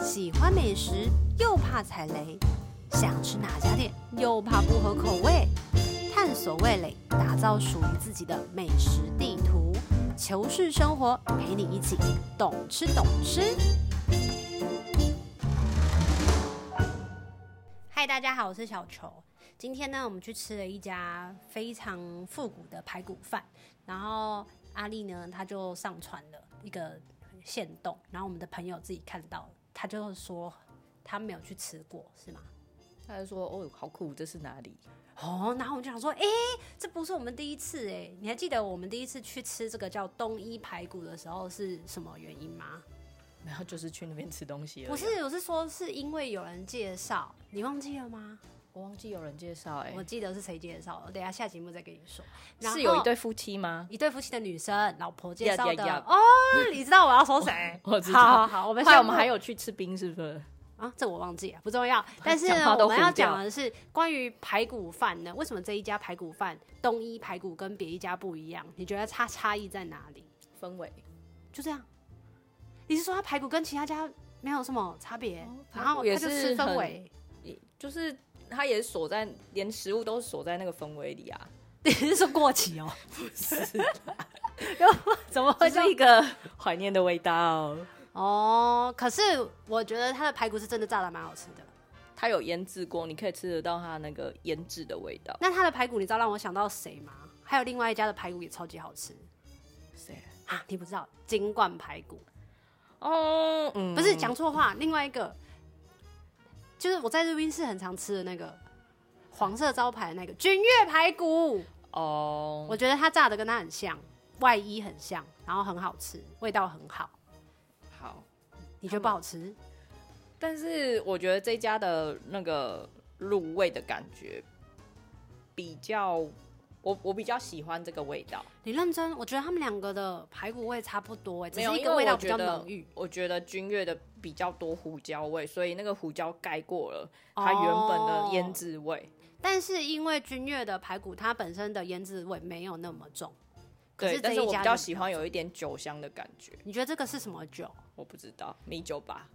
喜欢美食又怕踩雷，想吃哪家店又怕不合口味，探索味蕾，打造属于自己的美食地图，求是生活陪你一起懂吃懂吃。嗨，大家好，我是小球。今天呢，我们去吃了一家非常复古的排骨饭，然后阿丽呢，她就上传了一个线动，然后我们的朋友自己看到，他就说他没有去吃过，是吗？他就说：“哦，好酷，这是哪里 哦，然后我就想说，哎、这不是我们第一次哎、你还记得我们第一次去吃这个叫东一排骨的时候是什么原因吗？？”然后就是去那边吃东西而已啊不，是，我是说是因为有人介绍，你忘记了吗？我忘记有人介绍哎、我记得是谁介绍，我等一下下节目再跟你说。然后是有一对夫妻吗？一对夫妻的女生，老婆介绍的 Yeah, yeah, yeah. 哦，你知道我要说谁？ 我知好道。好好，我们还有下我们还有去吃冰，是不是？啊，这我忘记了，不重 要。但是讲话都我们要糊掉讲的是关于排骨饭呢，为什么这一家排骨饭东一排骨跟别一家不一样？你觉得它差异在哪里？氛围。就这样。你是说它排骨跟其他家没有什么差别，哦排然骨后也它就是吃氛很围？ 就是它也是锁在，连食物都是锁在那个氛围里啊，你是说过期哦？怎么会是一个怀念的味道？ 哦，可是我觉得它的排骨是真的炸的蛮好吃的。它有腌制过，你可以吃得到它那个腌制的味道。那它的排骨你知道让我想到谁吗？还有另外一家的排骨也超级好吃谁啊？啊！你不知道金冠排骨，哦，嗯，不是讲错话，另外一个就是我在瑞宾市很常吃的那个黄色招牌的那个君越排骨，哦，我觉得它炸的跟它很像，外衣很像，然后很好吃，味道很好。好。你觉得不好吃？但是我觉得这家的那个入味的感觉比较，我我比较喜欢这个味道，你认真，我觉得他们两个的排骨味差不多、欸，只没有是一因个为味道我比觉较得浓郁。我觉得君越的比较多胡椒味，所以那个胡椒盖过了哦它原本的腌制味。但是因为君越的排骨，它本身的腌制味没有那么重。可对，是这但是一我家比较呢喜欢有一点酒香的感觉，你觉得这个是什么酒？我不知道米酒 吧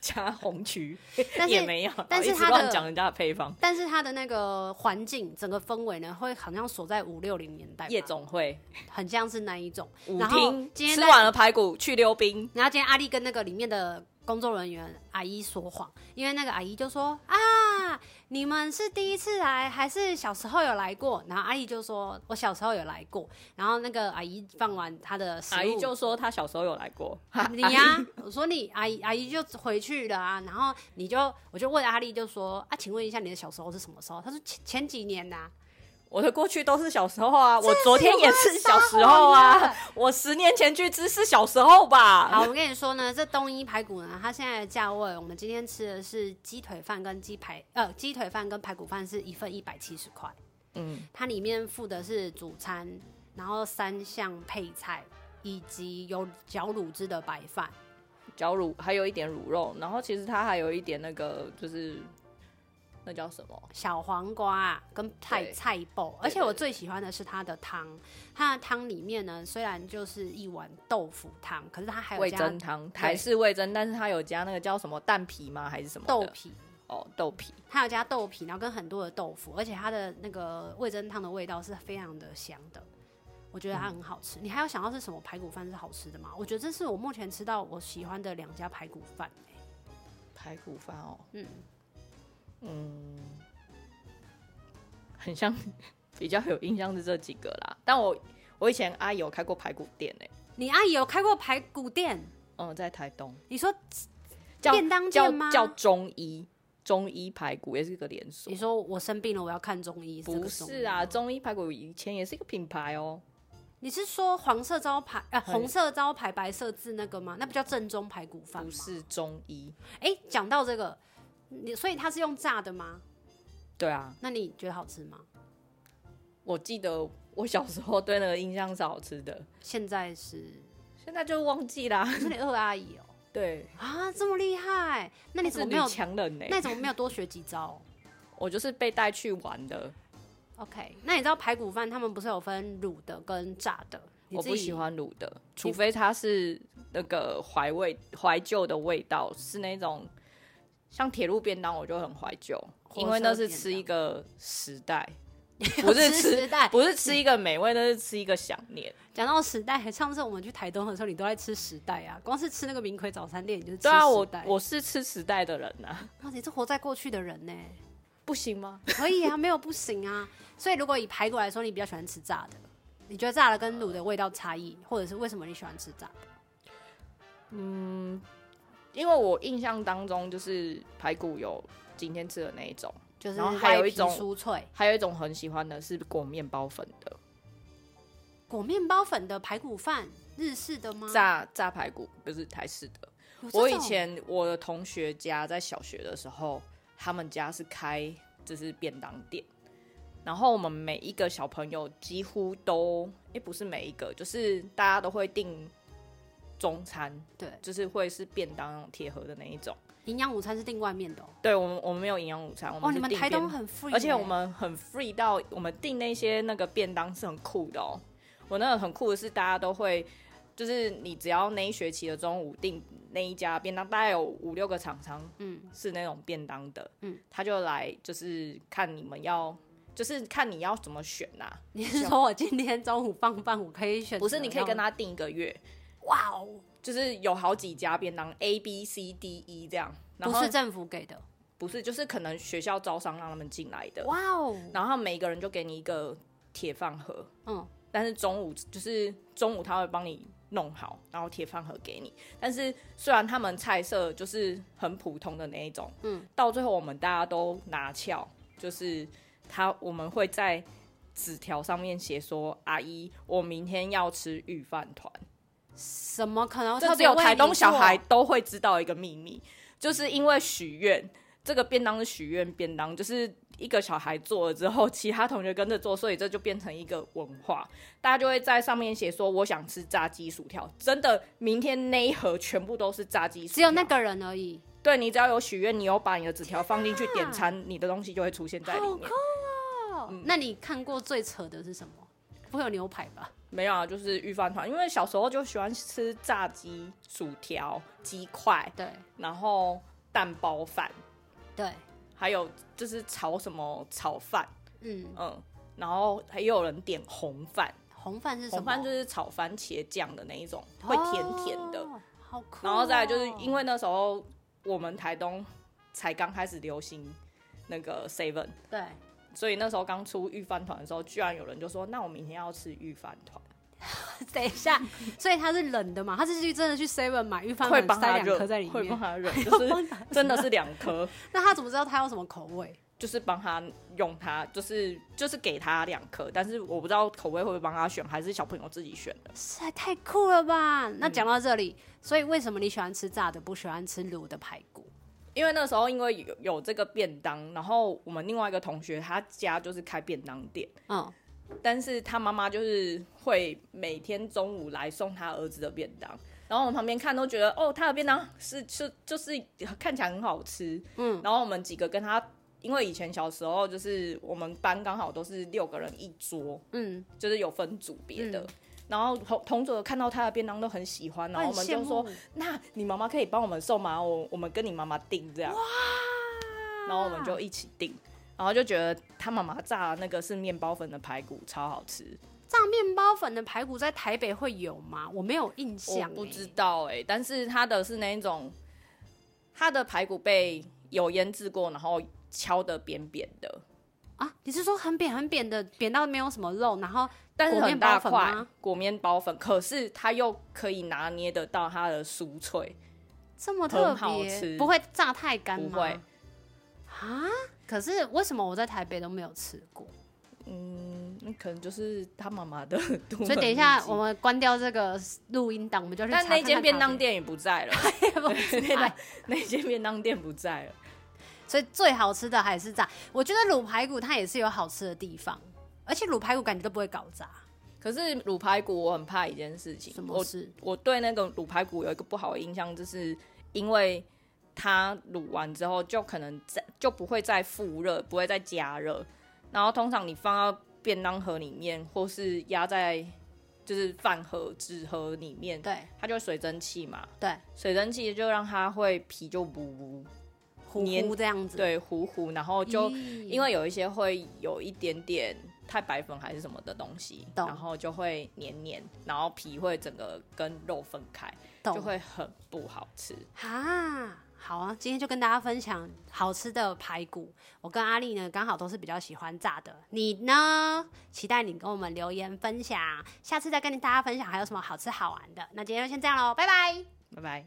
加红曲但也是没有，但是一直它的乱讲人家的配方。但是它的那个环境，整个氛围呢，会好像锁在五六零年代吧，夜总会很像是那一种。舞然后厅今天吃在完了排骨去溜冰，然后今天阿丽跟那个里面的工作人员阿姨说谎，因为那个阿姨就说啊，你们是第一次来还是小时候有来过？然后阿姨就说我小时候有来过。然后那个阿姨放完她的食物，阿姨就说她小时候有来过，你呀、我说你阿姨阿姨就回去了啊，然后你就我就问阿丽就说啊，请问一下你的小时候是什么时候？她说前前几年啊呐、我的过去都是小时候啊，我昨天也是小时候啊， 我十年前去吃是小时候啊吧。好，我跟你说呢，这东一排骨呢，它现在的价位，我们今天吃的是鸡腿饭跟鸡排，呃，鸡腿饭跟排骨饭是一份一百七十块，嗯，它里面附的是主餐，然后三项配菜，以及有绞卤汁的白饭。绞乳还有一点乳肉，然后其实它还有一点那个就是那叫什么？小黄瓜啊跟菜对菜包，对而且我对对最喜欢的是它的汤。它的汤里面呢，虽然就是一碗豆腐汤，可是它还有味加噌汤，台式味噌，但是它有加那个叫什么蛋皮吗？还是什么的豆皮，哦，豆皮。它有加豆皮，然后跟很多的豆腐，而且它的那个味噌汤的味道是非常的香的，我觉得嗯它很好吃。你还有想到是什么排骨饭是好吃的吗？我觉得这是我目前吃到我喜欢的两家排骨饭、欸排骨饭哦，嗯嗯，很像， 比较有印象是这几个啦。但我我以前阿姨有开过排骨店诶、你阿姨有开过排骨店？嗯，在台东你说叫便当店叫吗？叫中医中医排骨也是一个连锁你，说我生病了，我要看中医？这不个中医是啊，中医排骨以前也是一个品牌哦。你是说黄色招牌呃哎红色招牌白色字那个吗？那不叫正宗排骨饭吗不？是中医，哎、讲到这个，你所以它是用炸的吗？对啊，那你觉得好吃吗？我记得我小时候对那个印象是好吃的，现在是现在就忘记啦。可是你二阿姨哦、对，啊，这么厉害，那你怎么没有是女？强人呢、那你怎么没有多学几招我就是被带去玩的， ？OK，那你知道排骨饭他们不是有分卤的跟炸的？你我自不己喜欢卤的，除非它是那个怀味怀旧的味道，是那种像铁路便当，我就很怀旧，火因为车那是便吃当一个时代，不是吃吃时代不是吃一个美味，那是吃一个想念。讲到时代，上次我们去台东的时候，你都在吃时代啊，光是吃那个明奎早餐店，你就是吃对啊，时我代。我是吃时代的人啊呐、哇，你是活在过去的人呢、不行吗？可以啊，没有不行啊。所以如果以排骨来说，你比较喜欢吃炸的，你觉得炸的跟卤的味道差异，或者是为什么你喜欢吃炸的？因为我印象当中就是排骨有今天吃的那一种，就是然后还有外一皮种酥脆还有一种很喜欢的是裹面包粉的裹面包粉的排骨饭，日式的吗？炸炸排骨，不是台式的。嗯有这我以种前我的同学家在小学的时候，他们家是开就是便当店，然后我们每一个小朋友几乎都，诶、不是每一个，就是大家都会订中餐，对就是会是便当那种铁盒的那一种。营养午餐是订外面的哦、对我们我们没有营养午餐，我哦，们你是们订台便东很富裕耶，而且我们很 free 到我们订那些那个便当是很酷的哦。我那个很酷的是，大家都会，就是你只要那一学期的中午订那一家便当，大概有五六个厂商，嗯，是那种便当的，嗯，他就来就是看你们要，就是看你要怎么选呐、 你是说我今天中午放饭，我可以选择要？不是，你可以跟他订一个月，哇哦，就是有好几家便当 A B C D E 这样，然不后是政府给的，不是就是可能学校招商让他们进来的，哇哦，然后他们每一个人就给你一个铁饭盒，嗯，但是中午就是中午他会帮你弄好，然后铁饭盒给你。但是虽然他们菜色就是很普通的那一种，嗯，到最后我们大家都拿翘，就是他我们会在纸条上面写说：“阿姨，我明天要吃御饭团。”怎么可能？这只有台东小孩都会知道一个秘密，就是因为许愿，这个便当是许愿便当，就是一个小孩做了之后，其他同学跟着做，所以这就变成一个文化，大家就会在上面写说我想吃炸鸡薯条，真的，明天那一盒全部都是炸鸡薯条，只有那个人而已，对你只要有许愿，你有把你的纸条放进去点餐，你的东西就会出现在里好面酷。哦！那你看过最扯的是什么？不会有牛排吧？没有啊，就是御饭团，因为小时候就喜欢吃炸鸡、薯条、鸡块，对然后蛋包饭。对，还有就是炒什么炒饭，嗯，嗯，然后还有人点红饭，红饭是什么？红饭就是炒番茄酱的那一种，会甜甜的。哦好酷哦。然后再来就是因为那时候我们台东才刚开始流行那个 seven，对，所以那时候刚出御饭团的时候，居然有人就说：“那我明天要吃御饭团。等一下，所以它是冷的嘛？它是去真的去 Seven 买预”饭会粉帮塞他两热颗在里，会面，帮他 热，就是真的是两颗，那他怎么知道它有什么口味？就是帮他用它，就是就是给他两颗，但是我不知道口味会不会帮他选，还是小朋友自己选的。实在太酷了吧！嗯那讲到这里，所以为什么你喜欢吃炸的，不喜欢吃卤的排骨？因为那时候因为有有这个便当，然后我们另外一个同学他家就是开便当店，嗯，但是他妈妈就是会每天中午来送他儿子的便当。然后我们旁边看都觉得，哦，他的便当是是就是看起来很好吃，嗯。然后我们几个跟他，因为以前小时候就是我们班刚好都是六个人一桌，嗯，就是有分组别的。嗯然后同同组的看到他的便当都很喜欢，然后我们就说很羡慕， 那你妈妈可以帮我们送吗？我我们跟你妈妈订这样。然后我们就一起订，然后就觉得他妈妈炸的那个是面包粉的排骨，超好吃。炸面包粉的排骨在台北会有吗？我没有印象、欸我不知，道哎、但是它的是那一种，它的排骨被有腌制过，然后敲的扁扁的，啊，你是说很扁很扁的，扁到没有什么肉，然后但是裹很面大包粉块吗？裹面包粉，可是它又可以拿捏得到它的酥脆，这么特很好别，吃不会炸太干吗？不会啊？可是为什么我在台北都没有吃 过？嗯，那可能就是他妈妈的 独门秘籍。所以等一下我们关掉这个录音档，我们就去查但看看那它间便当的，店也不在了， 那 那间便当店不在了。所以最好吃的还是炸。我觉得卤排骨它也是有好吃的地方，而且卤排骨感觉都不会搞砸。可是卤排骨我很怕一件事情，什么我事？我对那个卤排骨有一个不好的印象，就是因为它卤完之后就可能再就不会再复热，不会再加热，然后通常你放到便当盒里面或是压在就是饭盒纸盒里面，对它就水蒸气嘛，对，水蒸气就让它会皮就糊糊，糊黏糊这样子，对，糊糊，然后就咦因为有一些会有一点点太白粉还是什么的东西，懂然后就会黏黏，然后皮会整个跟肉分开，就懂会很不好吃。啊，好啊，今天就跟大家分享好吃的排骨。我跟阿丽呢，刚好都是比较喜欢炸的。你呢？期待你跟我们留言分享，下次再跟大家分享还有什么好吃好玩的。那今天就先这样喽，拜拜。拜拜。